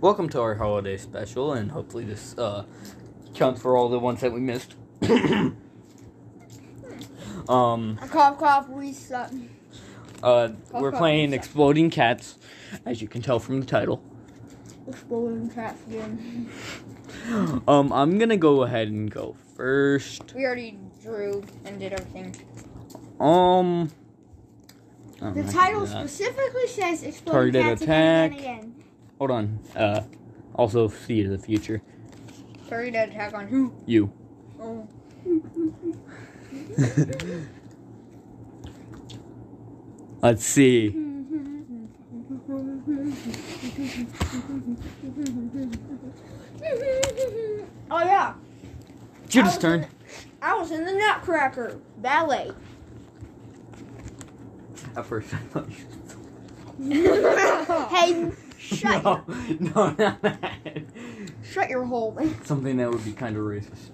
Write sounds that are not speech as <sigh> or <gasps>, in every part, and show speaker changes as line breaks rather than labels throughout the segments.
welcome to our holiday special, and hopefully this uh, counts for all the ones that we missed. <coughs> um,
Cough, cough, we suck.
uh, we're playing Exploding Cats, as you can tell from the title.
Exploding cats again.
Um, I'm gonna go ahead and go first.
We already drew and did everything.
Um, oh
The
my
title
God.
specifically says exploding
Targeted
cats again,
attack.
again, again.
Hold on. Uh, also see to the future.
Sorry to attack on who?
You. <laughs>
Oh.
Let's see.
Oh yeah,
Jim's
I was
turn.
in- I was in the Nutcracker
<laughs>
ballet.
At first, I thought you.
Hey, shut,
No, <laughs> no, not that.
shut your hole.
Something that would be kind of racist.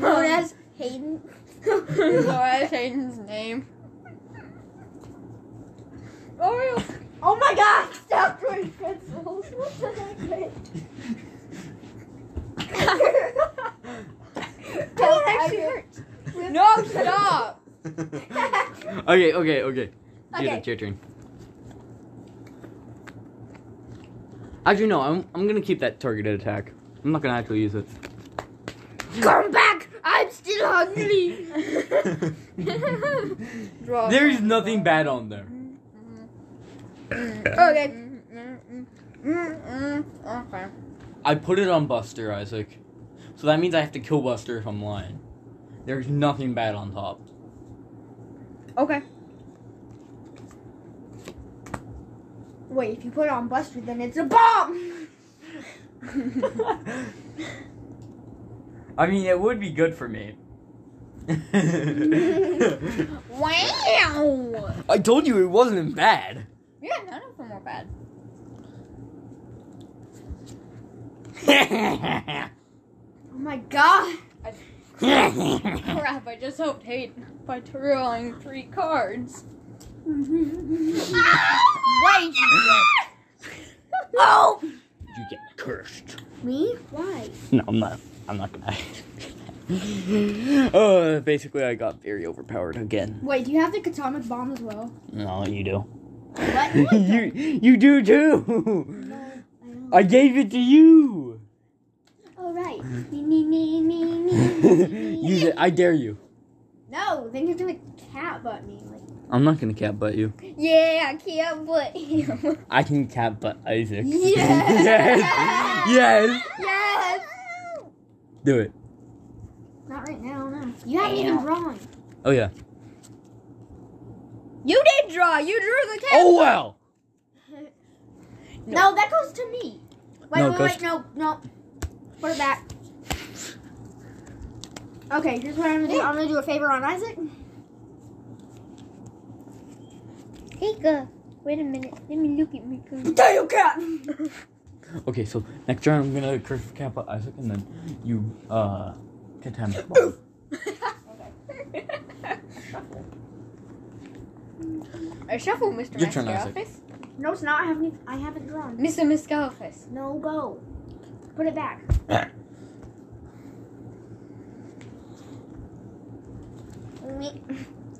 <laughs> Known as Hayden.
so I Hayden's name.
Oreo. Oh my god, stop doing pretzels. What the
<laughs>
heck? Don't actually hurt.
No, stop!
okay, okay, okay. Dude,
Okay.
it's your turn. Actually, no. I'm I'm gonna keep that targeted attack. I'm not gonna actually
<laughs>
use it.
Come back! I'm still hungry!
Draw.
There's nothing bad on there.
Mm-hmm.
Okay.
Mm-hmm. Okay.
I put it on Buster, Isaac. So that means I have to kill Buster if I'm lying. There's nothing bad on top.
Okay.
Wait, if you put it on Buster, then it's a bomb!
I mean, it would be good for <laughs> me. I
<laughs> Wow!
told you it wasn't <laughs> bad.
Yeah, none of them were bad.
Oh my god!
Crap, I just helped Hayden by drawing three cards.
Wait, Oh!
you get cursed.
Me? Why?
No, I'm not. I'm not <laughs> gonna. uh, basically, I got very overpowered again.
Wait, do you have the katana bomb
<laughs>
as well?
No, you do. <laughs>
What?
you you do too. I gave it to you. <laughs>
Alright. Me, me, me,
<laughs>
me, me, me.
Use it. I dare you.
No, then you're gonna cat butt me. Like,
I'm not gonna cat butt you.
yeah, I can't butt him. <laughs>
I can cat butt Isaac.
Yes.
<laughs> yes. Yes.
yes!
Do it.
Not right now, no. You haven't even drawn.
Oh yeah.
You did draw! You drew the cat!
Oh wow.
No, that goes to me. Wait,
No, it
wait,
goes
wait, no, no. Put it back. Okay, here's what I'm gonna do. I'm gonna do a favor on Isaac.
Tika, wait a minute. Let me look at my card.
Potato cat!
Okay, so next round I'm gonna curse cat butt Isaac, and then you uh cat
<coughs>
him.
I shuffle Mr.
Your turn, Isaac.
Mascalfus.
No, it's not. I haven't, I haven't drawn.
Mr. Mascalfus.
No, go. Put it back.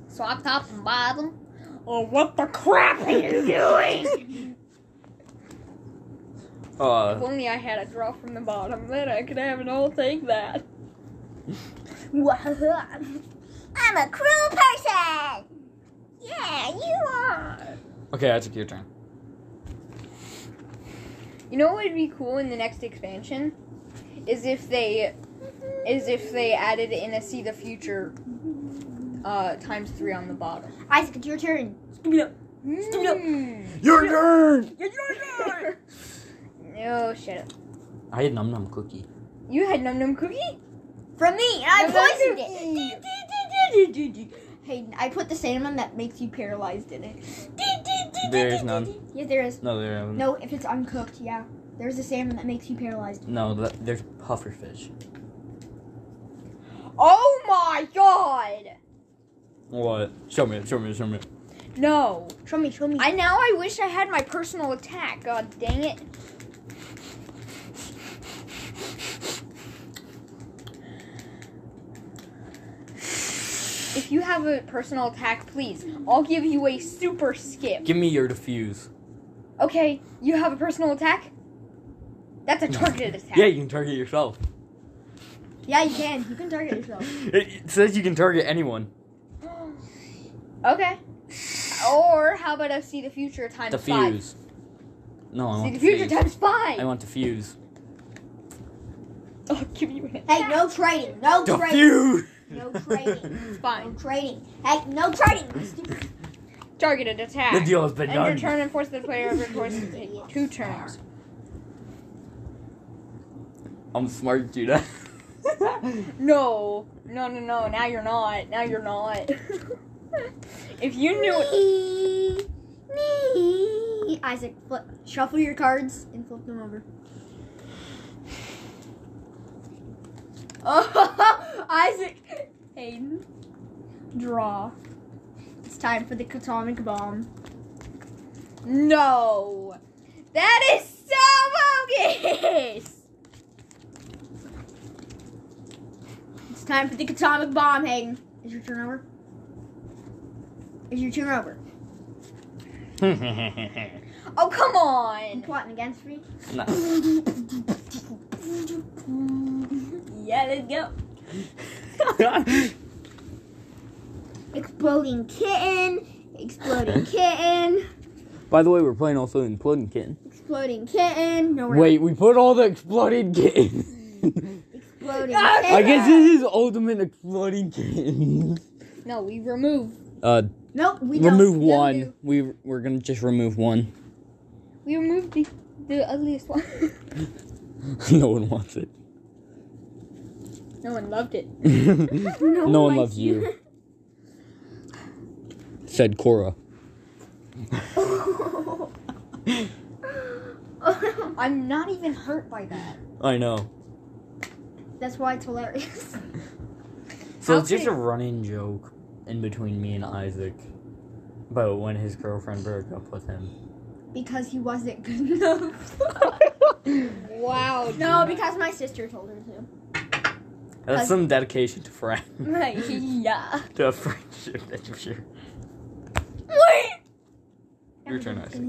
Swap top and bottom.
Oh, what the crap are you doing?
If
Uh,
only I had a draw from the bottom, then I could have an all take that.
<coughs> I'm a cruel person! Yeah, you are!
okay, I took your turn.
You know what would be cool in the next expansion? Is if they is if they added in a see the future uh times three on the bottom.
Isaac, it's your turn.
Mm.
Your turn.
No shut up.
I had num num cookie.
You had num num cookie?
From me, and I
Num
poisoned
Num
it.
Cookie.
<laughs> Hayden, I put the cinnamon that makes you paralyzed in it.
There is none.
Yeah, there is.
No, there. No,
No, if it's uncooked, yeah. There's a salmon that makes you paralyzed.
no th- there's pufferfish.
Oh my god!
What? Show me. it, Show me. it, Show me. it.
No.
Show me, show me.
I now I wish I had my personal attack. God dang it. If you have a personal attack, please, I'll give you a super skip.
Give me your defuse.
Okay, you have a personal attack? That's a targeted attack.
Yeah, you can target
<laughs>
yourself.
Yeah, you can. You can target yourself.
It, it says you can target anyone.
okay. Or how about I see the future times five?
Defuse. No, I
See
want
the future
defuse.
times five. <laughs>
I want defuse.
I'll give you an attack.
Hey, no trading. No trading.
Defuse.
No trading. No
Fine.
trading. Hey, no trading. Stupid.
Targeted attack.
the deal has been
End your
done.
turn and force the player over course to take two turns. <laughs>
I'm smart, <laughs> Judah.
No, no, no, no. Now you're not. Now you're not. <laughs> if you knew it, <laughs>
Me. Isaac, flip, shuffle your cards and flip them over. Oh, Isaac,
Hayden,
draw. It's time for the atomic bomb.
no. That is so bogus.
It's time for the atomic bomb, Hayden. Is your turn over? Is your turn over?
Oh come
You
on.
plotting against me?
no.
Yeah, let's go.
Exploding kitten.
<laughs>
Exploding kitten.
By the way, we're playing also Imploding Kitten.
Exploding kitten. No, we're
Wait, we put all the Exploding Kitten.
<laughs>
Exploding
Ah,
kitten.
I guess this is Ultimate Exploding Kitten.
No, we remove.
Uh,
Nope, we don't.
remove
no,
one.
no.
We we're gonna just remove one. <laughs>
We remove the the ugliest one. <laughs>
no one wants it.
no one loved it.
no,
No,
one loves you. Said Cora.
I'm not even hurt by <laughs> that.
I know.
That's why it's hilarious.
So
How
it's just
could-
a running joke in between me and Isaac about when his girlfriend broke up with him.
Because he wasn't good
<laughs>
enough.
Wow.
no, because my sister told her to.
That's
Us-
some dedication to friend
<laughs>
<laughs>
yeah.
to a friendship that you share.
Wait.
Your turn, Isaac.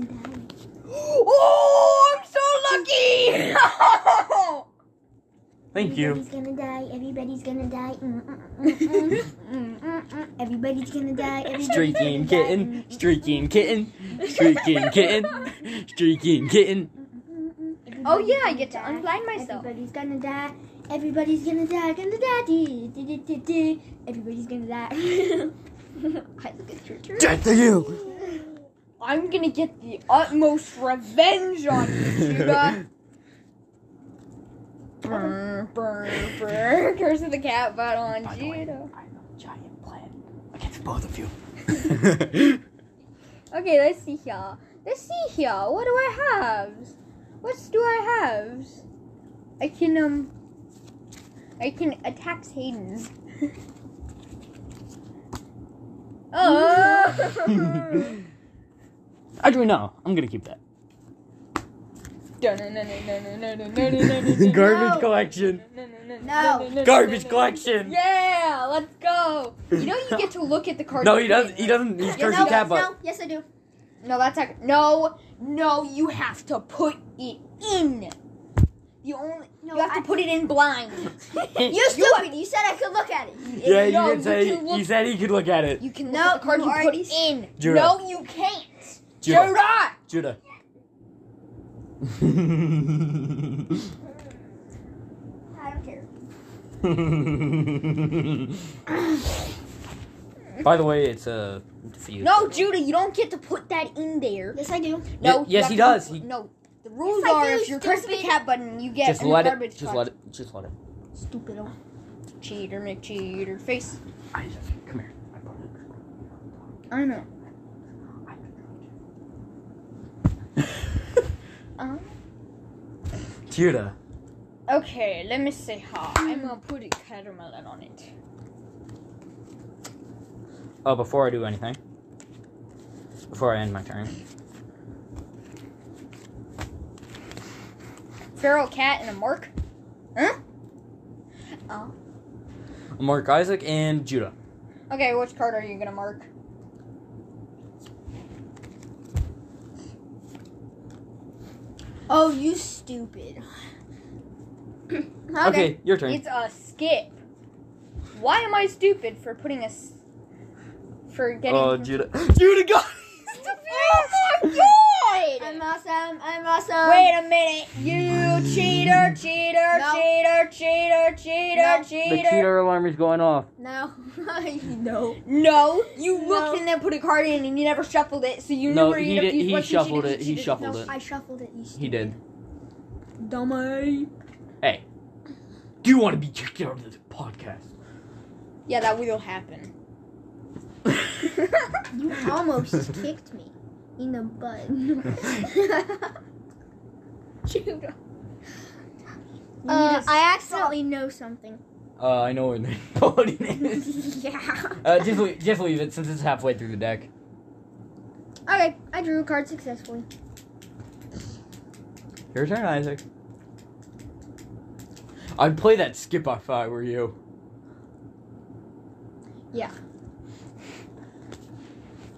Oh, I'm so lucky.
Thank you.
Everybody's gonna die. Everybody's gonna die. Mm, mm, mm, mm, mm, mm, mm. <laughs> Everybody's gonna die. Everybody's
Streaking
gonna die.
kitten,
Mm, mm,
streaking kitten, streaking kitten, streaking kitten.
mm, mm, mm.
Oh, yeah, I get to
Everybody's gonna
unblind
die.
<laughs> myself.
Everybody's gonna die. Everybody's gonna die. Gonna die. Dee, dee, dee, dee, dee. Everybody's gonna die. <laughs>
Isaac, it's your turn.
Death to you.
I'm gonna get the utmost revenge on you,
<laughs>
Judah. Brr, brr, brr. Curse of the cat battle on Judah.
I'm a giant plan against both of you.
Okay, let's see here. Let's see here. What do I have? What do I have? I can um. I can attack Hayden's. <laughs>
<laughs>
oh.
<laughs> Actually, no. I'm gonna keep that. <laughs>
Garbage
collection.
No.
Garbage collection.
Yeah, let's go. You know you get
<laughs>
to look at the card.
No, he doesn't. He doesn't. He's
Yes,
cursing
no,
cat butt.
no, yes I do.
No, that's ac- no, no. You have to put it in. You only.
No,
you have
I-
to put it in <laughs>
<laughs>
blind.
You stupid! You said I could look at it.
Yeah, you
No,
did say.
can look-
he said he could look at it.
You can
No,
look at the card
you
you, put
already
it in.
Judah.
No, you can't.
Judah.
Judah.
Judah.
I don't care.
<laughs> By the way, it's uh, a diffuse.
No, Judah, you don't get to put that in there.
Yes I do.
No.
Y-
you
yes,
have
he
to-
does. He-
No. The rules
Yes, I
are
do,
if you're cursing the
stupid.
cat button, you get
Just
an
let it.
garbage
Just
card.
let it. Just let it.
Stupid. oh.
Cheater, McCheater, face.
Isaac, come here. I brought it.
I know.
<laughs> Judah.
Okay, let me say how. I'm gonna put a caramel on it.
Oh, before I do anything, before I end my turn,
Feral cat and a mark. Huh?
Mark Isaac and Judah.
Okay, which card are you gonna mark?
Oh, you stupid.
Okay, your turn.
It's a skip. Why am I stupid for putting a s- for getting?
Oh, Judah. <laughs> Judah got
oh my god!
I'm awesome. I'm awesome.
Wait a minute, you
<sighs>
cheater, cheater,
No.
cheater, cheater, cheater,
No.
The
cheater.
cheater alarm is going off.
No. no.
No, you
No.
looked and then put a card in and you never shuffled it, so you
No,
never
he
even
did-
used
he
what you
shuffled
cheated,
it, he
cheated.
shuffled
No,
it.
I shuffled it. You stupid.
He did.
Dummy.
Do you want to be kicked out of this podcast?
Yeah, that will happen. <laughs>
<laughs> You almost kicked me in the <laughs> butt.
<laughs> Judah.
uh, I accidentally know something.
<laughs> Uh, I know what <laughs> nobody is.
<laughs> yeah.
Uh, just leave, just leave it since it's halfway through the deck.
Okay, I drew a card successfully.
Your turn, Isaac. I'd play that skip if I were you.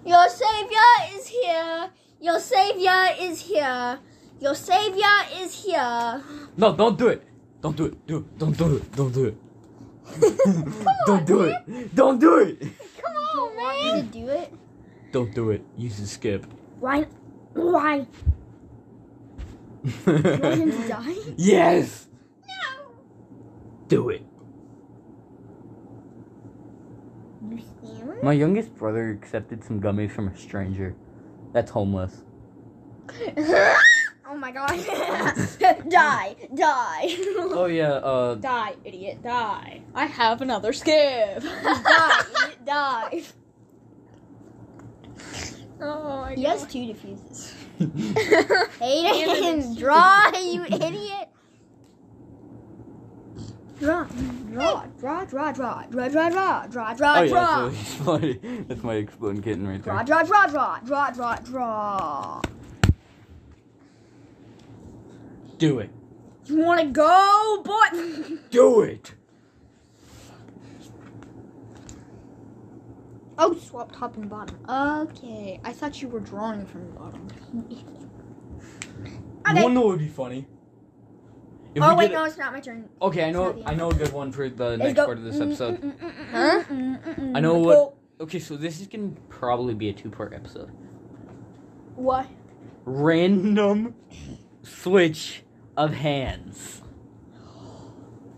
Your savior is here. Your savior is here. Your savior is here.
No, don't do it. Don't do it. Do it. Don't do it. Don't do it. don't do it. Don't do it.
Come on, man. Want me to do it?
Don't do it. Use the
<laughs>
skip.
Why? Why? You want <laughs> him to die?
yes.
No.
Do it.
You scammer?
My youngest brother accepted some gummies from a stranger. That's homeless.
oh my god. <laughs> die. Die.
<laughs>
<laughs>
Oh yeah. Uh.
Die, idiot, die. I have another <laughs> skip.
die. idiot, Die.
Oh my
He has two diffuses.
god.
<laughs> Hayden, draw, you idiot. Draw, draw, draw, draw, draw, draw, draw, draw, draw,
oh
draw,
yeah. So
draw.
that's my that's my exploding kitten right
Draw,
there.
draw, draw, draw, draw, draw, draw.
Do it.
You wanna go, boy? <laughs>
Do it.
Oh, swap top and bottom. Okay, I thought you were drawing from the bottom.
Okay.
One that would be funny. If
Oh
we
wait,
did
no,
it-
it's not my turn.
Okay, I know.
It's not the
I know a good one for the next
go-
part of this
mm,
episode.
Huh?
I know what. Okay, so this is gonna probably be a two-part episode.
What?
Random switch of hands.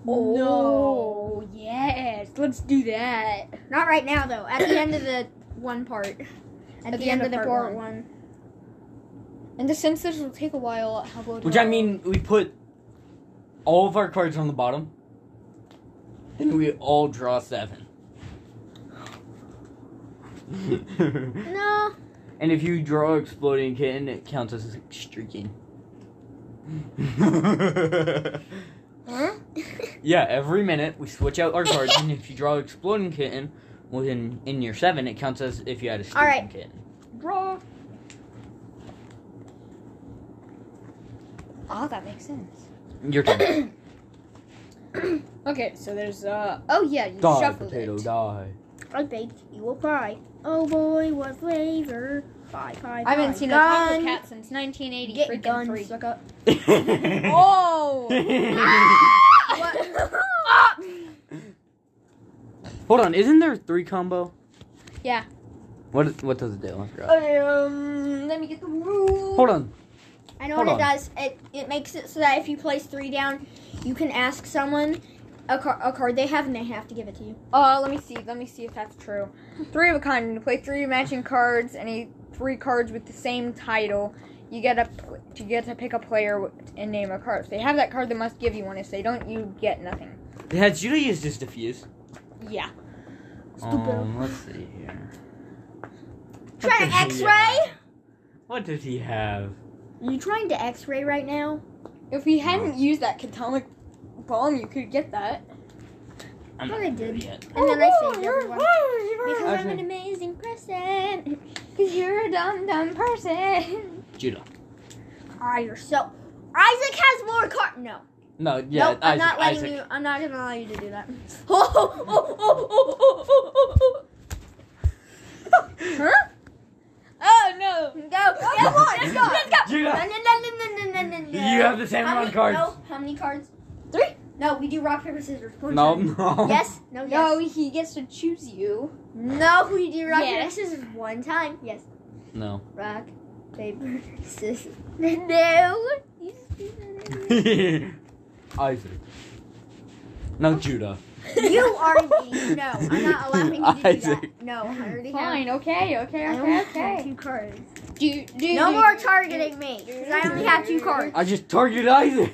Oh,
No. Yes, let's do that.
Not right now though. At the end of the one part.
At, the, end, of the part one. And the since this will take a while, how about
Which I
uh,
mean, we put all of our cards on the bottom, and we all draw seven. and
No.
if you draw exploding kitten, it counts as streaking.
<laughs>
Huh?
yeah, every minute we switch out our cards, and if you draw exploding kitten within in your seven, it counts as if you had a streaking
Alright.
kitten.
Draw. Oh, that makes sense.
Your turn.
<coughs>
Okay, so there's uh oh yeah, you
die,
shuffled
potato,
it.
die.
I baked you a pie. Oh boy, what flavor? Pie, pie, pie.
I haven't seen a taco cat since 1980.
Get
freaking
guns.
three.
up.
<laughs> Oh.
What?
<laughs>
<laughs>
Hold on, isn't there a three combo?
Yeah.
What what does it do? I forgot.
Uh, um, let me get the rule.
Hold on.
I know
Hold on.
what it does. It it makes it so that if you place three down, you can ask someone a, car- a card they have and they have to give it to you.
Uh, let me see. Let me see if that's true. Three of a kind. You play three matching cards, any three cards with the same title. You get a pl- you get to pick a player wi- and name a card. If they have that card, they must give you one. If they don't, you get nothing.
Has Judah used his diffuse?
Yeah.
Stupid.
Um, let's see here. What does
Trying to
he
X-ray?
have? What does he have?
Are you trying to X-ray right now?
If we hadn't used that catonic bomb, you could get that. Oh,
I'm
Well,
not
I
gonna
did.
read it.
And then I saved everyone.
Because
Because I'm an
Okay.
amazing person.
you're a dumb dumb person. <laughs>
Judah.
Ah, you're so. Isaac has more card. No.
No, yeah,
nope,
Isaac.
I'm not letting
Isaac.
you. I'm not gonna allow you to do that. <laughs>
Oh, oh, oh, oh, oh, oh, oh, oh.
<laughs>
huh? Oh no.
Go. Get one. Let's go. Let's go.
You
No,
got-
no, no, no, no, no, no, no.
You have the same
How
amount
many,
of cards.
No. How many cards?
Three.
No, we do rock paper scissors. One
No,
time.
no.
Yes. No.
No,
Yes.
he gets to choose you. <laughs>
No. we do rock
Yes.
paper scissors one time. Yes.
No.
Rock paper <laughs> scissors. no. You stupid.
<laughs> Isaac. No, Judah.
you are me. No, I'm not allowing you to do
Isaac.
that. No, I already have.
Fine. Okay. Okay.
I only
Okay.
have
Okay.
two cards.
Do, do,
No
do,
more
do,
targeting me, because I only have two cards.
I just targeted Isaac.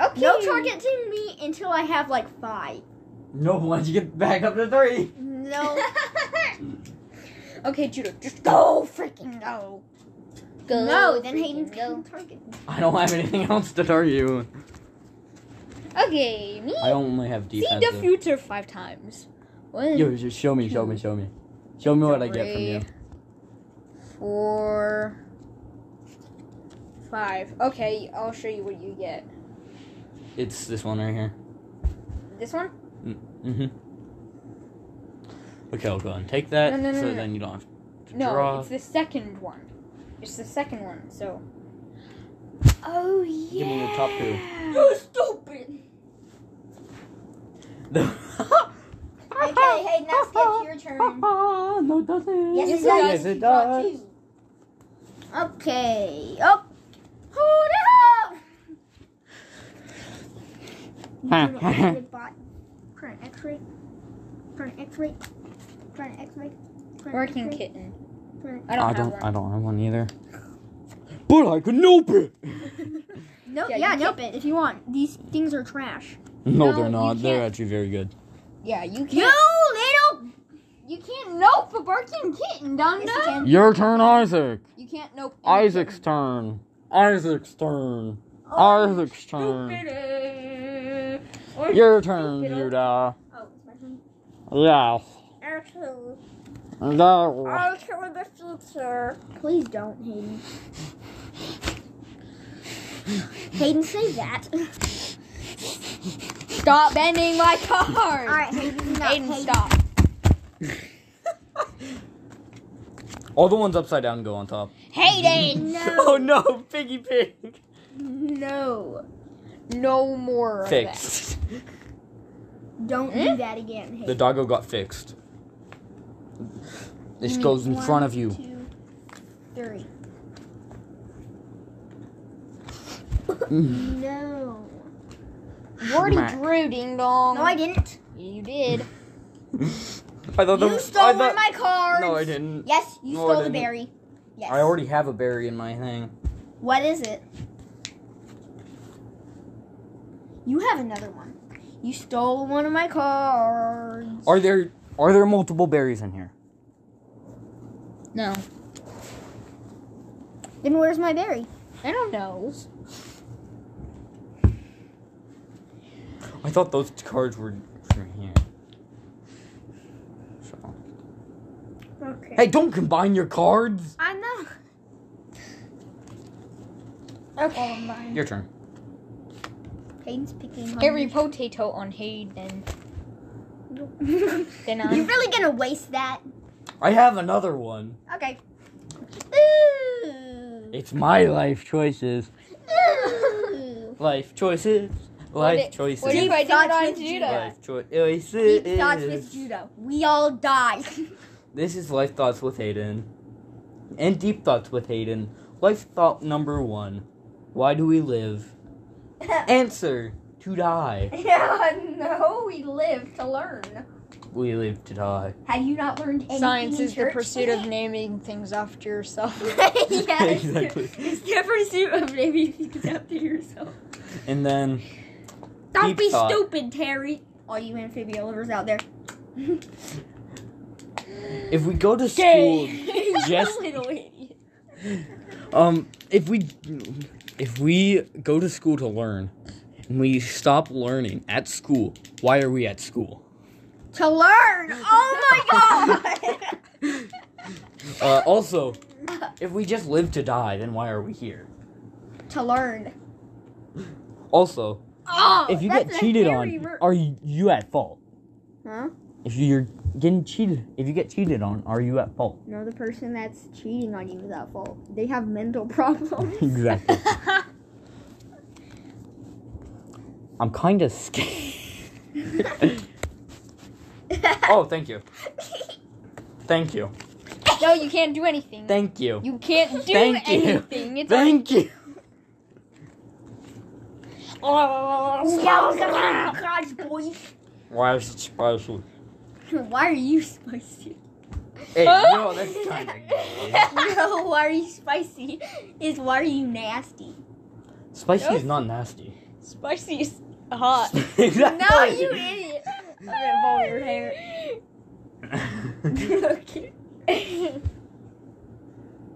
Okay.
No targeting me until I have like five.
No, once you get back up to three.
No.
Okay, Judah, just go freaking go. <laughs> Go.
no, then Hayden's
freaking
gonna target. me.
I don't have anything else to target you. with.
Okay, me.
I only have
See the
defensive.
future five times. One,
Yo, just show me, show me, show me. Show me what I get from you.
three, four, five. Okay, I'll show you what you get.
It's this one right here.
This one?
Mm-hmm. Okay, I'll go and take that,
No, no, no,
so
no, no.
then you don't have to
No,
draw. <laughs>
it's the second one. It's the second one. So.
Oh yeah.
Give me the top two.
You <laughs> stupid. Okay, Hayden,
<laughs>
now it's your turn.
no, it doesn't.
Yes, it
yes,
does.
it
You draw
does.
two. Okay. Oh. Hold it
Turn an X-ray bot. Turn an X-ray. Turn an X-ray. Turn an X-ray. Turn an
Working
X-ray.
kitten.
Right.
I
I
don't have
don't.
one.
I don't have one either. But I can nope it.
up. No.
Yeah, you
Yeah.
can't-
nope it if you want. These things are trash.
No,
No,
they're
you
not. They're
can't.
actually very good.
Yeah, you can't.
You little.
You can't nope a barking kitten, Dunda.
Yes, you can.
Your turn, Isaac.
You can't nope.
Isaac's turn. Isaac's turn. Isaac's
Oh,
turn. Your turn, Judah.
Oh, it's my turn.
Yes.
Actually,
No.
I'll show the future. Please don't, Hayden. Hayden, say that.
Stop bending my card.
All right, Hayden, no,
Aiden,
Hayden.
stop.
All the ones upside down go on top.
Hayden.
<laughs> Oh no, piggy pig.
No,
No more. of that.
Fixed.
don't
Hmm?
do that again,
The
Hayden.
doggo got fixed. This goes in front of you.
Two, three. No.
You already
Smack.
drew, ding dong.
No, I didn't.
You did.
<laughs> I thought
You stole one of my cards.
No, I didn't.
Yes, you
No, I
stole the
didn't.
berry. Yes.
I already have a berry in my thing.
What is it? You have another one. You stole one of my cards.
Are there are there multiple berries in here?
No.
Then where's my berry?
I don't know.
I thought those cards were from here. So.
Okay.
Hey, don't combine your cards.
I know.
Okay. Oh my.
Your turn.
Hayden's picking. on
Every
me.
potato on Hayden.
<laughs> you
Then I'm.
really gonna waste that?
I have another one.
Okay. <laughs> Ooh.
It's my life choices.
Ooh.
Life choices.
What
Life
if-
choices.
What if I did it
Thoughts
on
with
Judah?
Life choices.
Deep thoughts with judo. We all die. <laughs>
This is Life Thoughts with Hayden. And Deep Thoughts with Hayden. Life thought number one Why do we live? Answer To die.
yeah, no, we live to learn.
We live to die.
Have you not learned
<laughs>
anything?
Science
in
is the
church
pursuit <laughs>
today?
of
<laughs>
naming things after yourself.
<laughs> yes.
Exactly.
It's the pursuit of <laughs> naming things after yourself.
And then
Don't
Deep
be
thought.
stupid, Terry. All you amphibia lovers out there.
if we go to
<laughs>
school
Gay.
Yes.
Little idiot.
um if we if we go to school to learn and we stop learning at school, why are we at school?
To learn. Oh my
<laughs>
god.
Uh, also, if we just live to die, then why are we here?
to learn.
Also,
Oh,
if you
that's
get
a
cheated
hairy
on,
ver-
are you, you at fault?
huh?
If you're getting cheated, if you get cheated on, are you at fault? <laughs>
No, the person that's cheating on you is at fault. They have mental <laughs> problems.
<laughs> exactly. I'm kind of scared. oh, thank <laughs> you. Thank you.
<laughs> No, you can't do anything.
Thank you.
you can't do
Thank you.
anything. It's
Thank you.
oh,
Gosh, boy.
Why is it special?
Why are
<laughs>
you spicy? <laughs>
Hey, no, that's kind of gay.
no, why are you spicy? Is why are you nasty?
Spicy is not nasty.
<laughs> spicy is <laughs> hot.
<laughs> exactly.
No, Uh, you idiot. I'm gonna bowl your hair. <laughs> okay.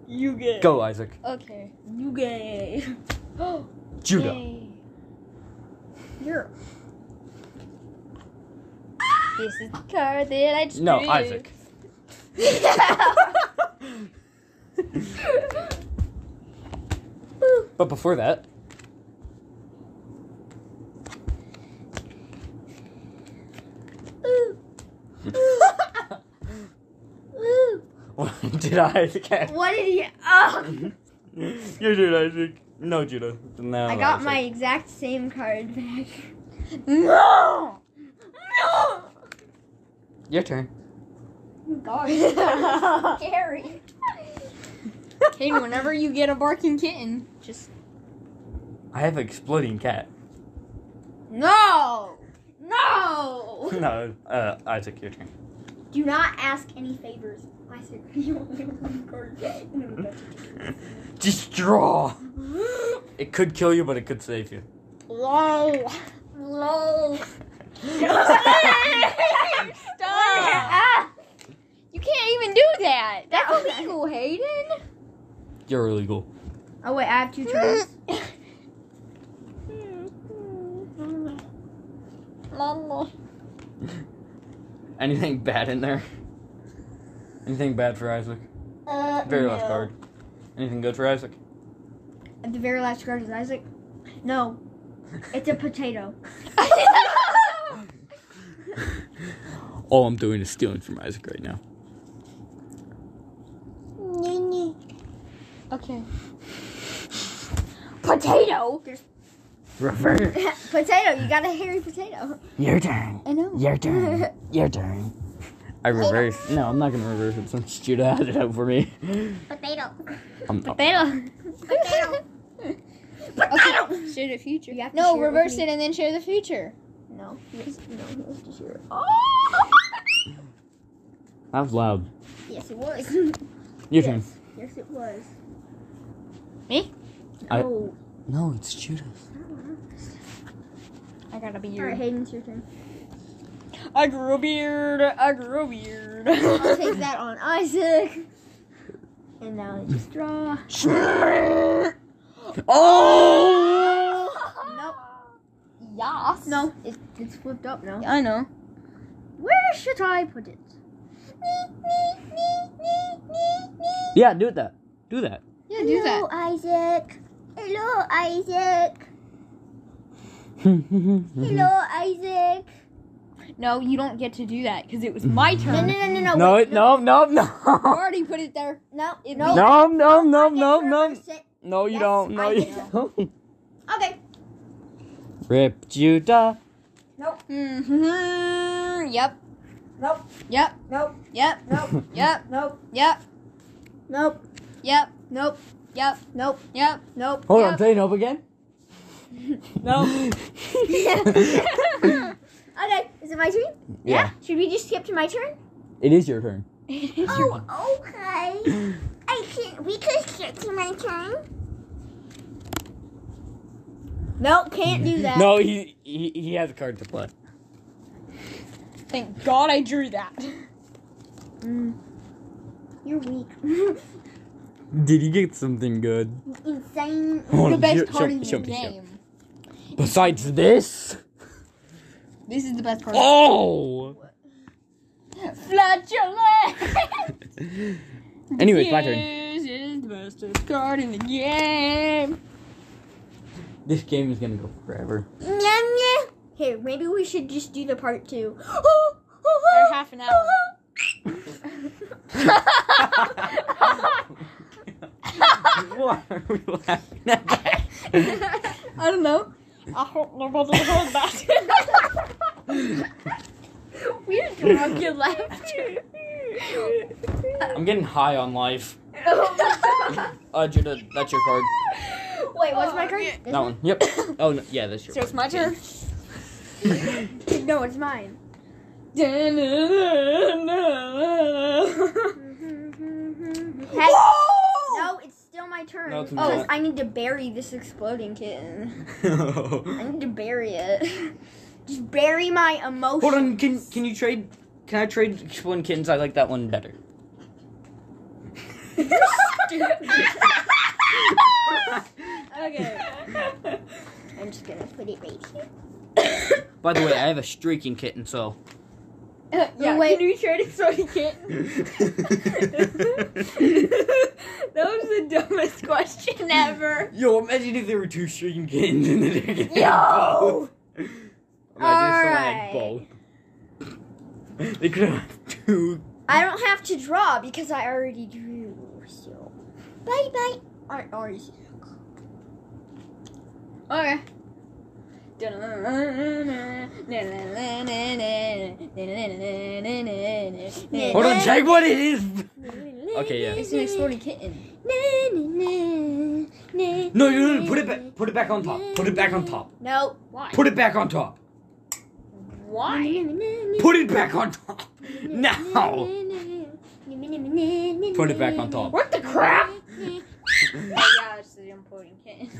you get
Go, Isaac.
Okay.
You gay.
Judah.
Yay.
You're
This is the card that I just
No,
drew. <laughs>
Isaac. but before that, <laughs>
<laughs>
what did I <laughs> again?
what did he? Oh,
you did Isaac. No, Judah. No.
I got
Isaac.
my exact same card <laughs> back.
No.
No.
Your turn.
<laughs> Gosh, scary.
Kaden, whenever you get a barking kitten, just
I have an exploding cat.
No.
<laughs>
No.
No, uh, Isaac, your turn.
Do not ask any favors. I said <laughs> you only have one card. <laughs> No,
Just draw. It could kill you, but it could save
<laughs>
you.
Whoa.
Lol.
Stop.
<laughs> Ah,
You can't even do that. That's
Okay.
illegal, Hayden.
You're illegal.
Oh wait, I have two turns. <laughs>
Mama.
Anything bad in there? Anything bad for Isaac?
Uh,
Very last
no.
card. Anything good for Isaac?
The very last card is Isaac. No, it's a potato.
<laughs> All I'm doing is stealing from Isaac right now.
Okay. Potato.
Reverse.
potato. You got a hairy potato.
Your turn.
I know.
Your turn. Your turn. I reverse. No, I'm not gonna reverse it since Judah had it out for me.
<laughs> Potato.
<laughs> I'm,
Potato.
Potato. Potato.
Okay. Share the future.
You have to
No,
share it with
reverse
me.
it and then share the <laughs> future.
No, he has, no, he has to share it.
that was loud.
Yes, it <laughs> was.
Your
yes.
turn.
Yes, it was.
Me?
I-
No.
No, it's Judah's.
I got a
All right,
beard.
Hayden, it's your <laughs> turn.
I grew a beard. I grew a <laughs> beard.
I'll take that on Isaac. And now I just draw.
oh!
Nope.
Yas.
No, it, it's flipped up now.
I know.
Where should I put it?
Yeah, do that. Do that. <laughs>
Yeah, do that.
Hello, Isaac. Hello, Isaac.
Mm-hmm.
Hello, Isaac.
No, you don't get to do that because Mm. it was my
No,
turn.
no, no, no, no.
No,
wait,
it, no, no, no. <laughs>
already put it there.
No,
It-
no.
No, no, no,
Isaac
no, no.
reverse it.
No, you
Yes,
don't. No,
I
you
do.
don't.
Okay.
<laughs> Rip Judah.
hmm Yep.
Nope.
Yep.
Nope.
Yep.
Nope.
Yep.
Nope.
Yep.
Nope. <laughs>
Yep.
Nope.
Yep.
Nope.
Yep.
Nope.
Hold
Yep.
on, play nope again.
<laughs> No.
Okay. Is it my turn?
<laughs> yeah,
Should we just skip to my turn?
it is your turn.
Oh, okay. I can. We could skip to my turn. No, can't do that.
No, he, he he has a card to play.
Thank God I drew that.
<laughs> You're weak. <laughs>
Did he get something good?
Insane.
the best card in the game.
Besides this?
This is the best card.
Oh! <laughs>
Flat your leg.
Anyways, my turn.
This is the best card in the game.
This game is gonna go
<laughs>
forever.
Here, maybe we should just do the part two. <gasps>
They're half
<laughs>
an hour.
Why are we laughing at that?
I don't know. I hope nobody heard that.
We're drunk and <laughs> laughter.
I'm getting high on life.
<laughs>
Uh, Judah, that's your card.
Wait, what's my card?
That one.
<coughs>
Yep. Oh, no, yeah, that's your
so <laughs> it's my turn.
No, it's mine.
<laughs>
Mm-hmm, Hey,
Whoa!
no, it's still my turn.
No, it's
Oh,
not.
I need to bury this exploding kitten. I
card.
need to bury it. <laughs> Just bury my emotions.
Hold on, can can you trade? Can I trade Exploding Kittens? I like that one
<laughs>
better.
<laughs>
Okay.
I'm just gonna put it right here.
By the way, I have a streaking kitten,
<laughs>
so.
<coughs> yeah,
Wait.
can you trade it so you can't?
<laughs>
<laughs> that was the dumbest question ever.
Yo, imagine if there were two streaking kittens in the deck.
Yo!
Imagine if someone had both. They could have two.
I don't have to draw because I already drew. So, bye bye. Art ours.
Okay.
Hold on, check what it is. Okay, yeah.
It's an exploding kitten.
No, no, no, put it back. Put it back on top. Put it back on top.
No.
Why?
Put it back on top.
Why?
Put it back on top. Now. <laughs> Put it back on top.
What the crap? Oh, yeah, it's the imploding kitten.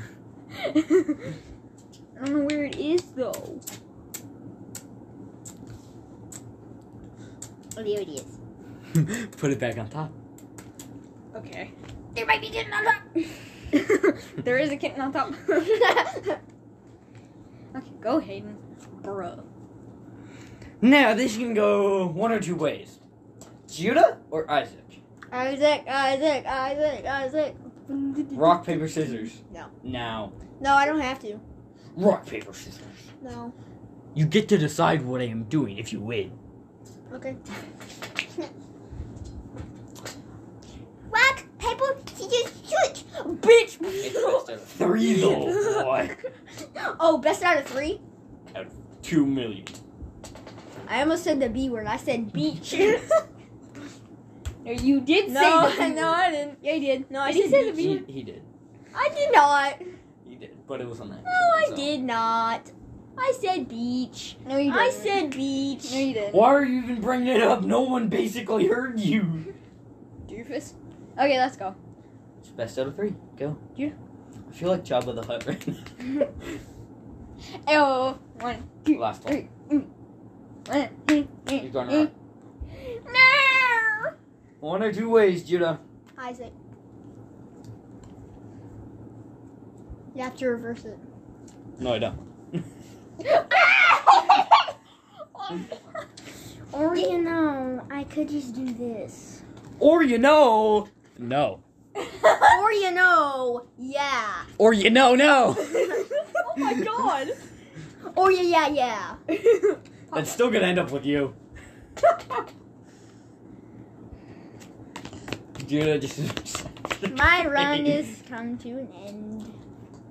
I don't know where it is though.
Oh, there it is.
Put it back on top.
Okay.
There might be getting on top.
there is a kitten on top. <laughs> okay, go Hayden. Bruh.
Now this can go one or two ways. Judah or Isaac?
<laughs> Isaac, Isaac, Isaac, Isaac.
Rock, paper, scissors.
No.
Now.
No, I don't have to.
Rock, paper, scissors.
No.
You get to decide what I am doing if you win.
<laughs>
Okay. Rock, paper, scissors, shoot!
<laughs>
Bitch!
Three though, boy.
<laughs> oh, best out of three?
Two million.
I almost said the B word. I said beach. <laughs>
No, you did
no,
say the
no,
<laughs>
I didn't.
Yeah, you did.
No, I
Did he
said
say the
beach.
He,
B?
he did.
I did not.
He did. But it was on that.
No, I did not. I said beach.
No, you didn't.
I said beach.
No, you didn't.
<laughs>
Why are you even bringing it up? No one basically heard you.
Doofus. Okay, let's go.
It's best out of three. Go.
Yeah.
I feel like Jabba the Hutt right now.
Oh, one, two,
Last one.
three. mm. One, two, three,
You're going
mm.
rock. One or two ways, Judah.
Isaac. You have to reverse it.
No, I don't.
Or you know, I could just do this.
Or you know. No.
or you know, yeah.
Or you know, no.
<laughs> oh my <laughs> god.
Or you yeah yeah.
That's still gonna end up with you. Judah just. <laughs>
My run is
<laughs>
come to an end.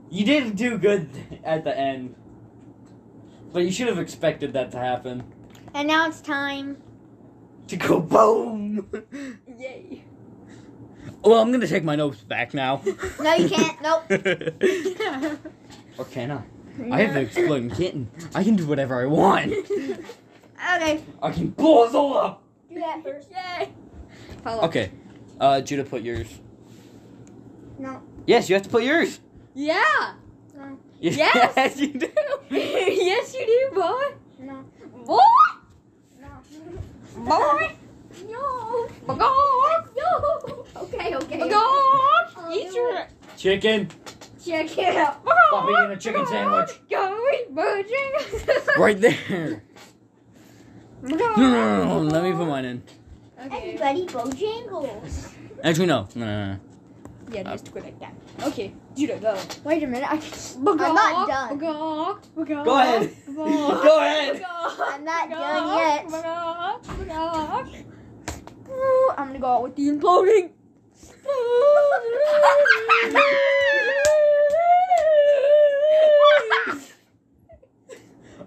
You did do good at the end. But you should have expected that to happen.
And now it's time.
To go boom! <laughs>
<laughs>
Yay.
Well, I'm gonna take my notes back now.
No, you can't. Nope.
<laughs> or can I? I have an exploding kitten. I can do whatever I want.
Okay.
I can blow us all up!
Do that first.
Yay. Follow.
Okay, uh, Judah, put yours.
No.
Yes, you have to put yours! <laughs>
Yeah.
Yes, <laughs>
Yes.
you do!
<laughs> yes, you do, boy.
No.
Boy.
No.
Boy. No. My god. No.
Okay. Okay.
My god.
I'll
Oh Eat
do
your.
Chicken!
Check it out.
Stop eating a chicken sandwich.
Go eat
<laughs>
Bojangles.
Right there!
<laughs>
<laughs>
My God.
Let me put mine in.
Okay.
Everybody, Bojangles.
Actually, no. No, no, no.
Yeah, just go like that. Okay, Judah, go.
Wait a minute. <laughs> I can,
I'm
not done.
Go
Go ahead. Go ahead.
Oh
I'm not done yet.
I'm gonna go out with the imploding.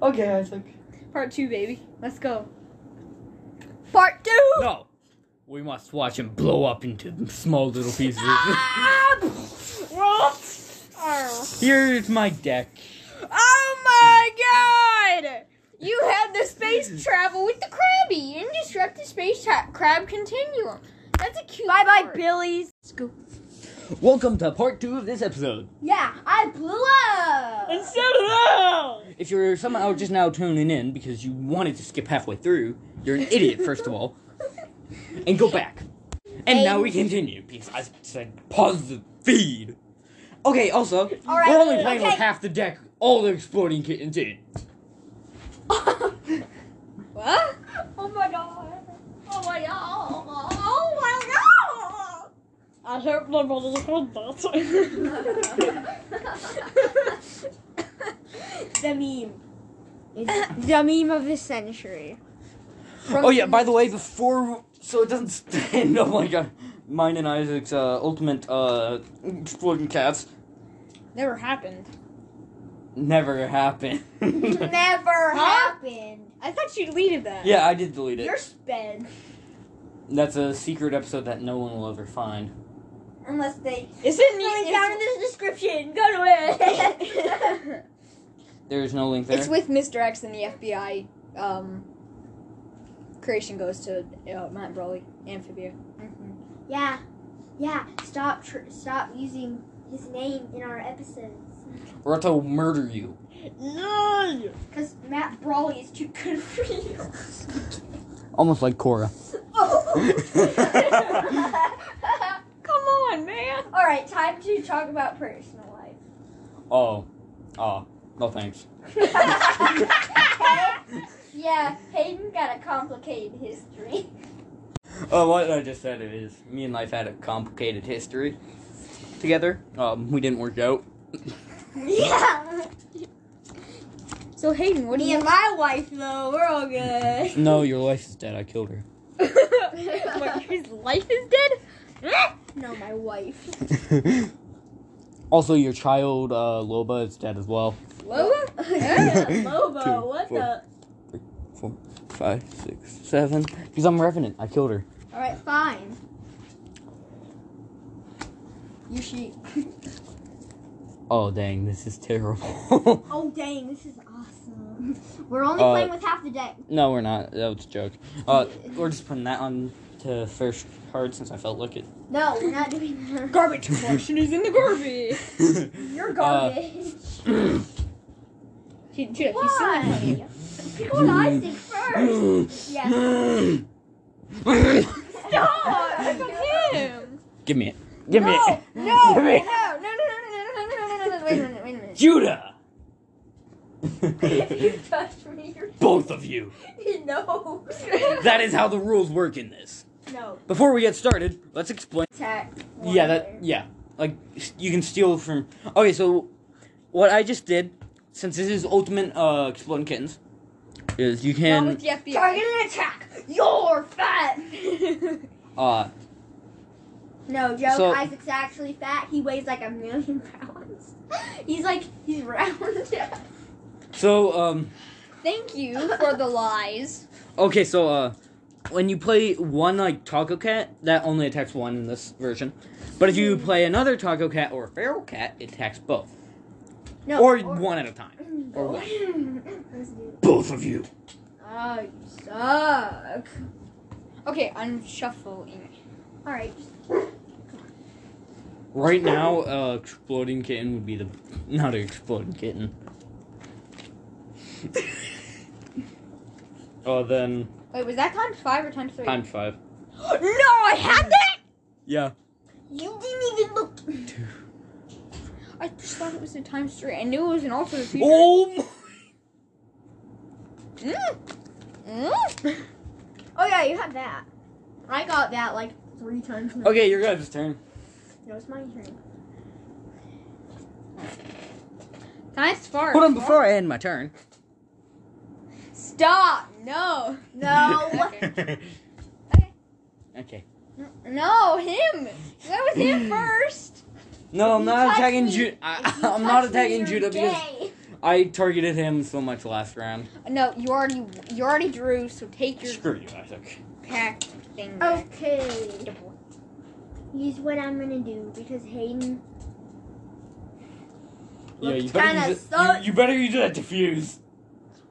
Okay, Isaac.
Part two, baby. Let's go. Part two.
No. We must watch him blow up into small little
<laughs>
pieces. Here's my deck.
Oh my god! You had the space travel with the Krabby and disrupt the space tra- crab continuum. That's a cute. Bye bye, Billy's. Let's go.
Welcome to part two of this episode.
Yeah, I blew up.
If you're somehow
Mm.
just now tuning in because you wanted to skip halfway through, you're an idiot, first of
<laughs>
all. And go back. And now we continue because I said pause the feed. Okay, also,
Alright,
we're only playing with
okay.
half the deck. All the exploding kittens did.
What?
Oh my god. Oh my god. Oh
I hope nobody heard <laughs> that.
the meme. <laughs>
the meme of the century.
Oh yeah, by the way, before so it doesn't stand <laughs> up like uh, mine and Isaac's uh, ultimate uh, exploding cats
Never happened.
never happened. <laughs>
Never
Huh?
happened.
I thought you deleted that.
yeah, I did delete it.
You're sped.
That's a secret episode that no one will ever find.
Unless they.
Is it
Link
neat?
down in this description. Go to it.
It's,
There's no link there.
it's with Mr. X and the FBI. Um, creation goes to uh, Matt Broly, Amphibia.
<laughs>
Mm-hmm.
yeah. Yeah. Stop. Tr- stop using his name in our episodes.
We're about to murder you.
Yay!
Cause Matt Brawley is too good for you. <laughs> Oh.
Almost like Cora. <laughs>
Come on, man.
All right, time to talk about personal life.
Oh. Oh. No thanks.
<laughs> yeah, Hayden got a complicated history. <laughs>
Oh, what I just said is me and life had a complicated history together. Um, we didn't work out.
Yeah.
So Hayden, what do
Me
you?
and my wife though, we're all good.
No, your wife is dead. I killed her.
<laughs> What, his life is dead.
No, my wife.
<laughs> also, your child uh, Loba is dead as well.
<laughs>
Lola?
<laughs>
Lobo,
Two,
what
four.
the?
Five, six, seven. Because I'm revenant. I killed her.
All right, fine.
You she?
Oh dang, this is terrible.
<laughs>
<laughs>
Oh dang, this is awesome. We're only
Uh,
playing with half the deck.
no, we're not. That was a joke. Uh, we're just putting that on to first card since I felt like it.
No, we're not doing that.
<laughs>
Garbage collection is in the garbage.
You're
uh,
garbage.
She, she,
<laughs>
he's still in
Why?
money.
Go to Isaac first. Yeah.
Stop! Look at him.
Give me it. Give me it. <laughs>
No!
Give
No! No! No! No!
me it.
No! No! No! No! No! Wait a minute! Wait
<laughs>
a minute!
Judah.
if you touch me, you're
<laughs> Both of you.
<laughs> no.
That is how the rules work in this.
no.
Before we get started, let's explain.
Attack.
Yeah, that yeah. Like s- you can steal from. Okay, so what I just did, since this is ultimate uh, exploding kittens, is you
Not with
can
the FBI.
Targeted attack. You're fat.
uh
<laughs> No joke.
So-
Isaac's actually fat. He weighs like a million pounds. <laughs> He's like he's round. <laughs>
so um
Thank you for the lies.
okay so uh when you play one like taco cat that only attacks one in this version, but if you play another taco cat or a feral cat, it attacks both
no.
or,
<laughs>
one at a time. or
Let's
what?
do it.
Both of you.
Oh, you suck.
Okay, I'm shuffling.
All right.
Right now, uh, exploding kitten would be the not an exploding <laughs> kitten. oh, then
Wait, was that times five or times three?
times five.
no, I had that.
Yeah.
You didn't even look.
I just thought it was a times three. I knew it was an alternate future.
Oh. My.
Mm. Mm.
Oh yeah, you had that. I got that like three times. now.
Okay, your guys' turn.
No, it's my turn.
Nice fart.
Hold on, before I end my turn.
Stop. No.
No.
<laughs> Okay.
okay. <laughs> Okay.
No, him. That was him first.
No, I'm
you
not
touch
attacking
me-
Judah. I,
If
<laughs> <laughs>
you
I'm not
touch me,
attacking
you're
Judah because
gay.
I targeted him so much last round.
No, you already you already drew. So take your
Screw you, Isaac.
pack thing. back.
Okay. Use what I'm gonna do because Hayden.
Yeah, you
Looks
better
kinda
use it.
so-
You, you better use that diffuse.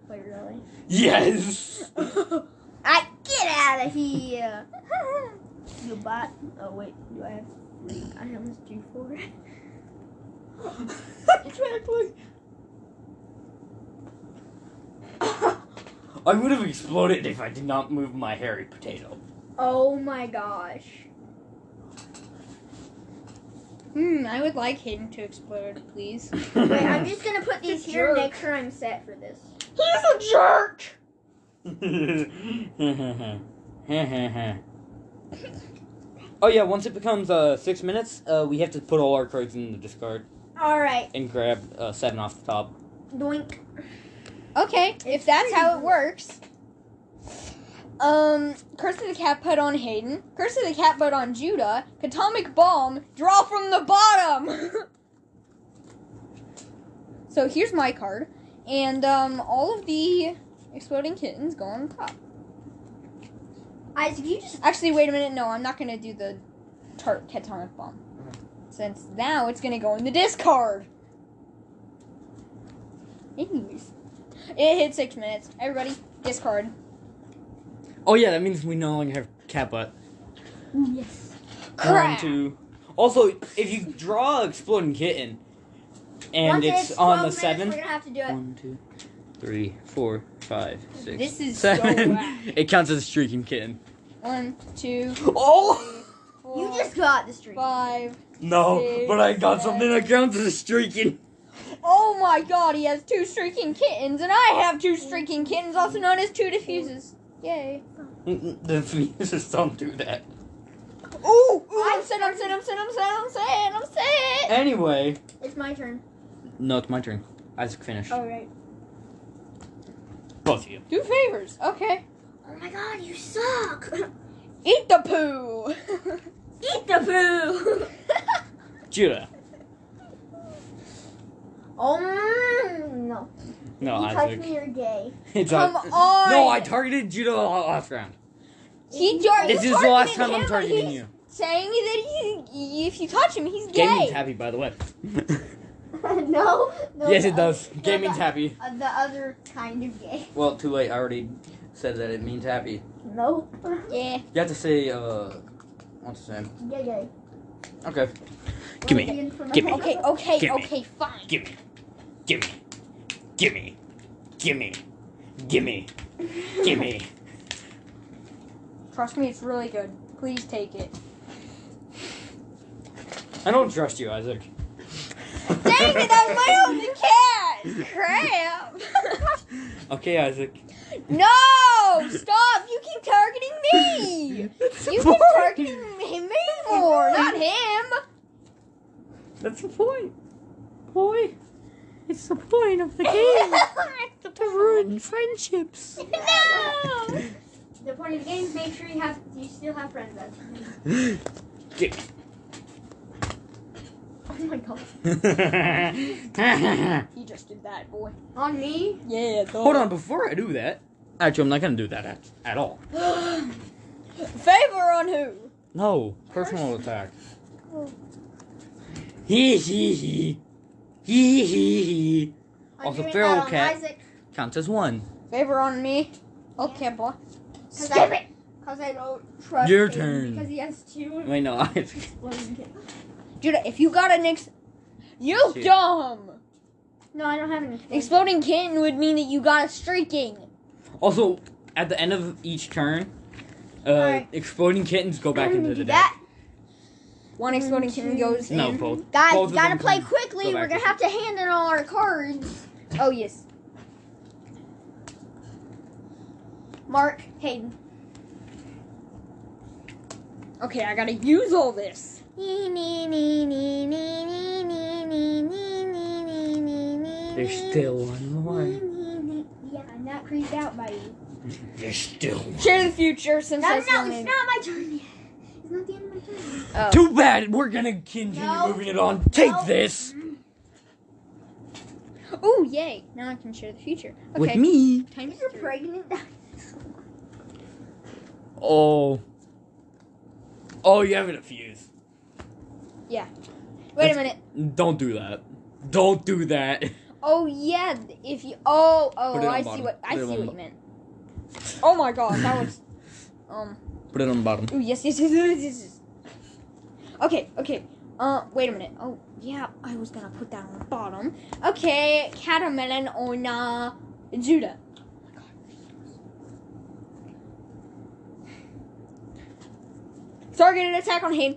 Wait, really?
Yes.
I get out
<laughs>
of here.
You bought. Oh wait, do I have? I almost do four. <laughs>
<laughs>
exactly. I would have exploded if I did not move my hairy <laughs> potato.
Oh my gosh.
Hmm. I would like Hayden to explode, please.
Wait, I'm just gonna put these
The
here.
jerk.
Make sure I'm set for this.
He's a jerk.
oh yeah, once it becomes uh, six minutes, uh, we have to put all our cards in the discard
All right.
and grab uh, seven off the top.
Doink.
Okay, if
It's
that's how it
pretty.
works. Um, Curse of the Cat put on Hayden, Curse of the Cat put on Judah, Atomic Bomb, draw from the bottom! <laughs> so here's my card, and um, all of the exploding kittens go on top.
Isaac, you just.
Actually, wait a minute, no, I'm not gonna do the tart Catonic Bomb. Since now it's gonna go in the discard! Anyways, it hit six minutes. Everybody, discard.
Oh yeah, that means we no longer have cat butt.
Yes.
One, two. Also, if you draw an exploding kitten, and
Once
it's, on the
12 minutes,
seven.
We're gonna have to do it.
One, two, three, four, five, six,
This is so
seven.
whack.
<laughs> it counts as a streaking kitten.
One, two,
Oh
four,
You just got the street.
five.
no! But I got something that counts as streaking. <laughs>
Oh my god, he has two streaking kittens, and I have two streaking kittens, also known as two diffuses. Yay.
The fuses don't do that.
Ooh, ooh I'm set, I'm set, I'm set, I'm set, I'm set, I'm set.
Anyway,
It's my turn.
no, it's my turn. Isaac finished.
Oh.
All Oh, right.
Both of you.
Do favors. Okay.
Oh my god, you suck.
Eat the poo.
Eat the poo.
Judah.
<laughs> oh mm, no.
No,
you touch
Isaac.
me, you're gay.
It's
Come
Isaac.
on.
No, I targeted Judah last round.
He jar-
This
you
is the last
targeted
time
him,
I'm
but
targeting
he's
you.
Saying that he, if you touch him, he's
Gaming's
gay.
happy, by
<laughs>
the way.
<laughs> no, no.
<laughs> yes,
the
it does.
oth- no,
Gaming's
the-
happy.
uh, the other kind of gay. <laughs>
Well, too late. I already said that it means happy.
No. <laughs>
Yeah.
You have to say, uh, what's his name?
gay, gay.
Okay. Give me. Give me.
<laughs>
Okay. Okay.
Give me.
okay. Fine.
Gimme. Gimme. Gimme. Gimme. Gimme. Gimme.
Trust me, it's really good. Please take it.
I don't trust you, Isaac.
Dang it, that was my only cat! <laughs> Crap!
<laughs> Okay, Isaac.
no! Stop! You keep targeting me! You keep targeting him- me more, not him! <laughs>
That's the point. Boy. It's the point of the
<laughs>
to ruin friendships.
no!
oh. The point of the game is make sure you have you still have friends. That's
Gimme.
<laughs> oh my god.
He just did that, boy.
On me.
Yeah, dog.
Hold on, before I do that. Actually, I'm not gonna do that at, at all.
<gasps> Favor on who?
No, personal attack.
Oh.
Hee hee hee. Hee hee hee.
I'm
Also,
doing
feral
that on
cat.
Isaac
Counts as one.
Favor on me. Okay, boy.
Skip it. because I don't trust
Your
him
turn.
because he has two
Wait, no, <laughs> Isaac.
exploding kittens.
Judah, if you got an ex. You
Shit.
dumb!
No, I don't have any. exploding
Exploding kitten would mean that you got a streaking.
Also, at the end of each turn, uh,
Alright.
exploding kittens go back
I'm
into
gonna
the
do
deck.
One exploding kitten goes
No,
in.
both.
Guys,
Both of
gotta
them
play
can
quickly.
go
We're
back
gonna
to-
have to hand in all our cards.
Oh, yes.
Mark, Hayden.
Okay, I gotta use all this.
There's still one more.
Yeah, I'm not creeped out by you.
There's still one.
Share the future since
No, no,
that's
it's
the
not
name.
my turn yet. It's not the end of my turn.
Oh.
Too bad. We're gonna continue
No.
moving it on. Take
No.
this
Ooh, yay! Now I can share the future. Okay.
with me.
Times
You're
three.
pregnant.
Oh. Oh, you have it a fuse.
Wait
That's-
a minute.
Don't do that. Don't do that. <laughs>
Oh yeah. If you. Oh oh.
Put it on
I see
bottom.
what I
Put it
see
on
what you
bottom.
meant. Oh my god, that was. Um.
Put it on the bottom.
Ooh yes yes yes yes. yes, yes. Okay okay. Uh, wait a minute. Oh yeah, I was gonna put that on the bottom. Okay, Catamelon on uh, Judah. Targeted attack on him.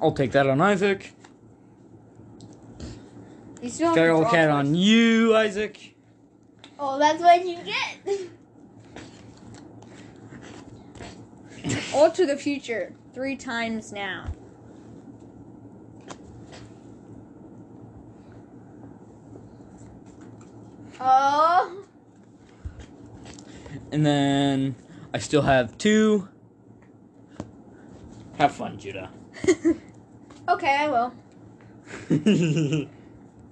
I'll take that on Isaac.
You still have to
Feral
draw
cat
first.
on you, Isaac.
Oh, that's what you get.
All to the future three times now. <laughs>
Oh.
And then I still have two. Have fun, Judah.
Okay, I will.
you
And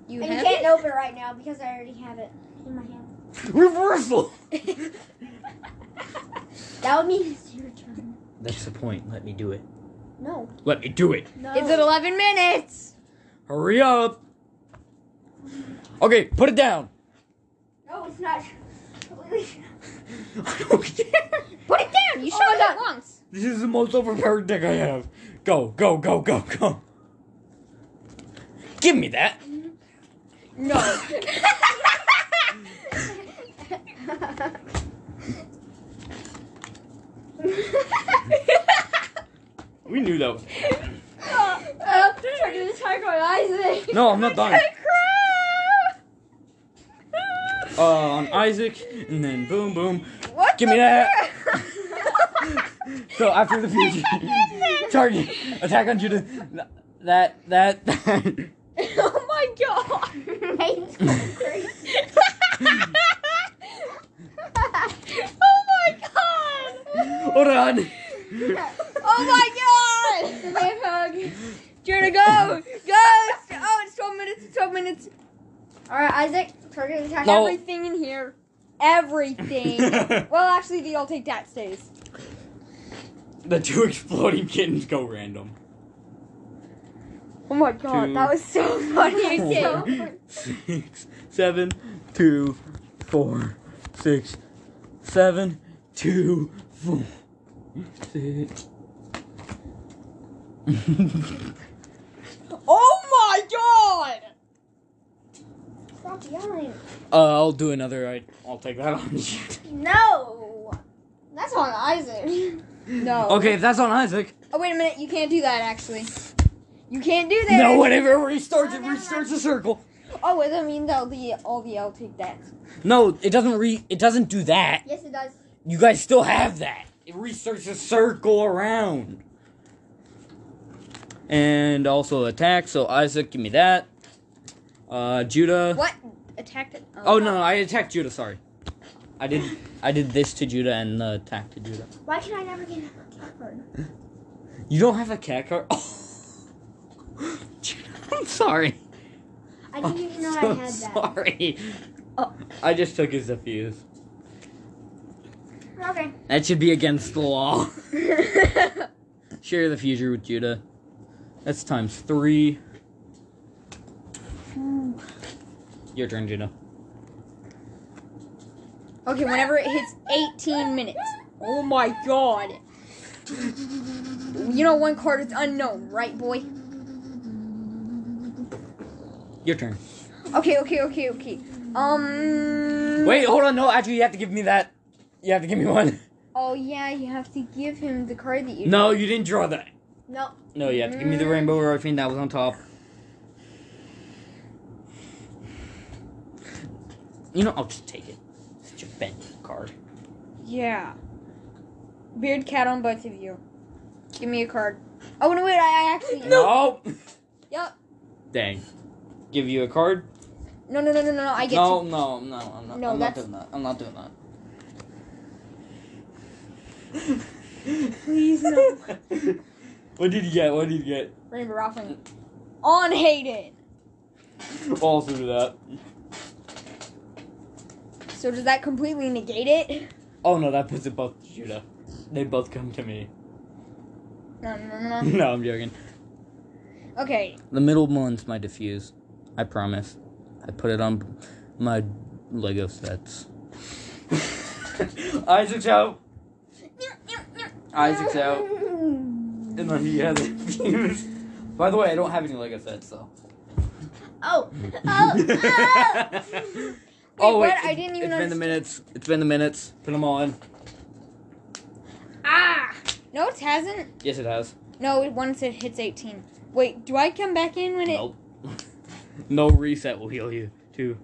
you
have
can't open it right now because I already have it in my hand.
<laughs> Reversal.
That would mean it's your turn.
That's the point. Let me do it.
No.
Let me do it.
No.
It's at 11 minutes.
Hurry up. Okay, put it down.
No, it's not.
<laughs> I don't care.
Put it down. Oh You shot
my
it once.
This is the most overpowered deck I have. Go, go, go, go, go. Give me that.
No. <laughs>
We knew that was.
I'm trying to attack on Isaac.
No, I'm not done.
Crap.
Uh, on Isaac, and then boom, boom.
What
Give
the
me that.
crap?
So after the future, target attack on Judah. Th- That that. that. <laughs>
oh my god. oh my god.
Hold on.
<laughs> Oh my god!
Man hug.
Judah, go! Go! Oh, it's 12 minutes, it's 12 minutes.
All right, Isaac. Target attack.
No.
Everything in here. Everything.
<laughs>
well, actually, the I'll take that stays.
the two exploding kittens go random.
Oh my god,
Two.
that was so funny.
Four,
Okay. <laughs>
six, seven, two, four, six, seven, two, four, six. <laughs>
Oh my god!
Stop yelling.
Uh, I'll do another. I, I'll take that on you.
No. That's on Isaac.
No.
Okay, if that's on Isaac.
Oh, wait a minute, you can't do that actually. You can't do that.
No, whatever. Restarts it. Restarts the circle.
Oh, it doesn't mean that the all the I'll take that.
No, it doesn't re. It doesn't do that.
Yes, it does.
You guys still have that. It restarts the circle around. And also attack. So Isaac, give me that. Uh, Judah.
What? Attack it.
Oh no, no, I attacked Judah. Sorry, I did. I did this to Judah and uh, attack to Judah.
Why can I never get a cat card?
You don't have a cat card. <laughs> Judah, I'm sorry.
I didn't even know
so
I had
<laughs>
that.
Sorry.
Oh.
I just took his defuse.
Okay.
That should be against the law. <laughs> Share the future with Judah. That's times three. Your turn, Judah.
<laughs> okay, whenever it hits 18 minutes. Oh my god. You know one card is unknown, right, boy?
Your turn.
Okay, okay, okay, okay. Um.
Wait, hold on. No, actually, you have to give me that. You have to give me one.
Oh yeah, you have to give him the card that you.
No, you didn't draw that.
No.
No, you have to give me the
Mm.
rainbow rifling that was on top. You know, I'll just take it. Such a bent card.
Yeah. Beard cat on both of you. Give me a card. Oh no! Wait, I, I actually.
No.
Yep.
Dang. Give you a card?
No, no, no, no, no. no, I get
no,
to.
no, no, I'm not.
No,
I'm not
that's-
doing that. I'm not doing that.
<laughs> Please, no.
<laughs> what did you get? What did you get?
Rainbow Ralphing. On Hayden.
All through that.
So does that completely
<laughs>
negate it?
Oh no, that puts it both to Judah. They both come to me.
No, no, no,
<laughs>
no.
no, I'm joking.
Okay.
The middle one's my diffuse. I promise. I put it on my Lego sets. <laughs> Isaac's out. Isaac's out. And then he <laughs> has a fuse. By the way, I don't have any Lego sets though.
Oh,
<laughs>
oh,
oh
what? I didn't even
It's been the
understand.
minutes. It's been the minutes. Put them all in.
Ah. No, it hasn't.
Yes, it has.
No, it- once it hits 18. Wait, do I come back in when it?
Nope. <laughs> no reset will heal you. Two,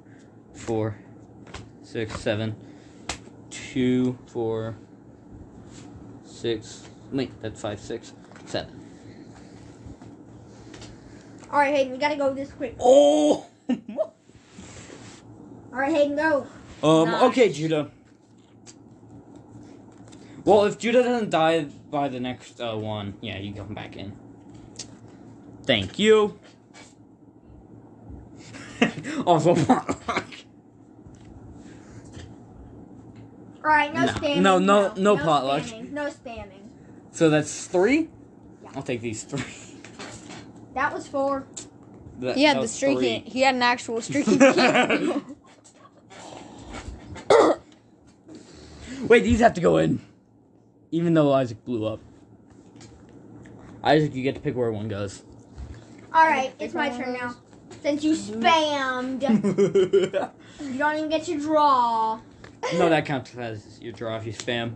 four, six, seven, two, four, six. Wait, that's five, six, seven.
All right, Hayden, we gotta go this quick.
Oh. <laughs>
All right, Hayden, go.
um.
Nice.
Okay, Judah. Well, if Judah doesn't die by the next uh, one, yeah, you come back in. Thank you. <laughs> also, <laughs>
All right, no,
No.
spamming.
No, no- no potluck.
Spamming, no spamming.
so that's three.
Yeah.
I'll take these three. <laughs>
That was four.
That,
He had
that
the
was
streaky.
three.
He had an
<laughs>
actual streaky. kid.
Wait, these have to go in. Even though Isaac blew up. Isaac, you get to pick where one goes.
All right, it's my turn now. Since
<laughs>
you spammed,
no,
you don't even get to draw.
that counts as your draw if you spam.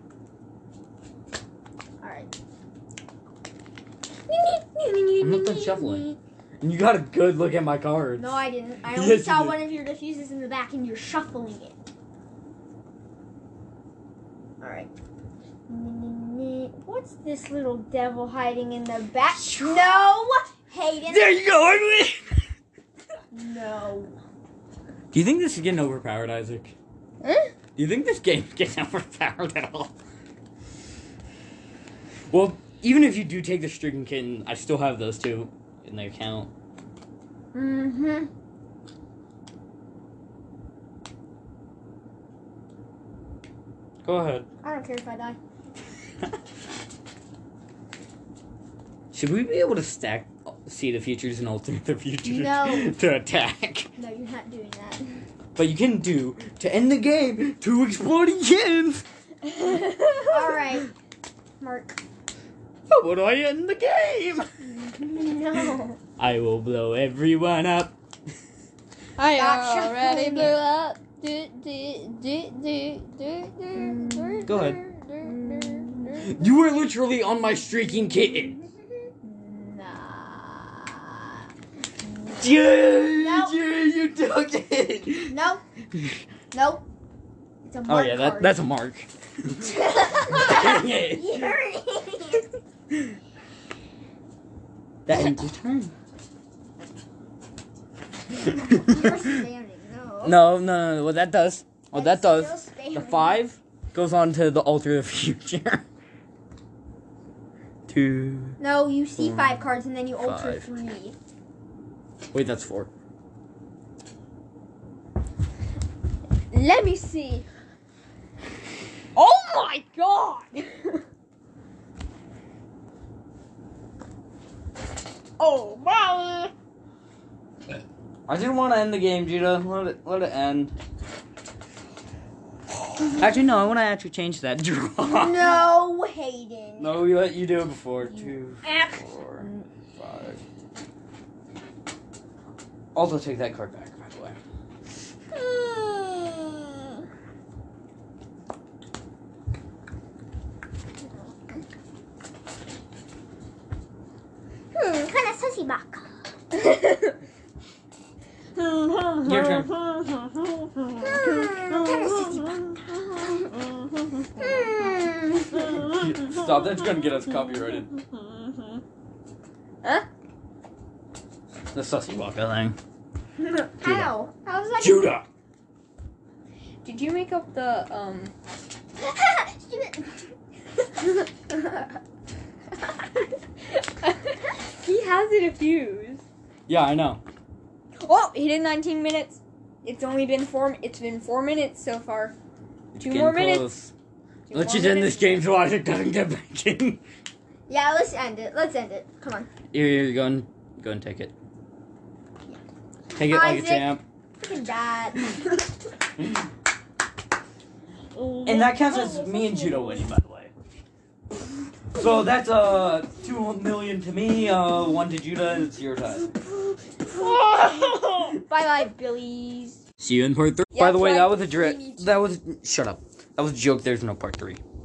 All right.
I'm not done shuffling. And you got a good look at my cards.
No, I didn't. I
Yes,
only
you
saw
did.
one of your diffuses in the back, and you're shuffling it. All right. What's this little devil hiding in the back? No, Hayden.
There you go, I win!
No.
Do you think this is getting overpowered, Isaac?
Huh?
Do you think this game's getting <laughs> overpowered at all? Well, even if you do take the Stricken Kitten, I still have those two in the account.
Mm-hmm.
Go ahead. <laughs>
I don't care if I die.
Should we be able to stack see the futures and alternate the futures
No.
<laughs> to attack?
No, you're not doing that.
But you can do to end the game two exploding kittens.
<laughs> All right, Mark.
How would I end the game?
<laughs> No.
I will blow everyone up.
I
Gotcha.
already blew up. Do, do, do, do, do, do, do,
Go ahead.
do, do, do, do.
You were literally on my streaking kitten.
Nah.
Dude,
Nope.
dude, you took it.
<laughs>
Nope. Nope. It's a
Oh
Mark
yeah, that,
card. <laughs>
that's a mark. Dang it.
You're an idiot.
That ends your
<laughs>
turn.
You're spamming. No.
no, no, no, no. What that does? What Oh, that
That's
does?
still spamming.
The five goes on to the altar of future. <laughs> Two.
No, you see
Four,
five cards and then you alter
Hmm. five.
three.
Wait, that's four.
Let me see. Oh my god! oh my!
I didn't want to end the game, Judah. Let it let it end. Actually, no. I want to actually change that <laughs> draw.
No, Hayden.
No, we let you do it before. Two, four, five. Also, take that card back, by the way.
Hmm, kind of sussy back. <laughs>
Your turn.
Hmm, kind of sussy back. Hmm.
<laughs>
Stop. That's gonna get us copyrighted. the sussy walker thing.
How? How was that?
Judah.
Did you make up the um? he has it abused.
Yeah, I know.
Oh, he did 19 minutes. It's only been four. It's been four minutes so far. Two
Getting
more
close.
minutes. Two
Let's
more
just end
minutes.
this game so Isaac doesn't get back in.
yeah, let's end it. Let's end it. Come on.
Here, here, go and go and take it. Take it like
Isaac.
a champ.
Freaking dad.
And that counts as me and Judah winning, by the way. So that's uh two million to me, uh one to Judah, and zero to Isaac.
Bye bye, Billies.
<laughs> See you in part three.
Yeah,
by the way,
that's
that
right.
was a drip.
We need to-
That was shut up. That was a joke. There's no part three.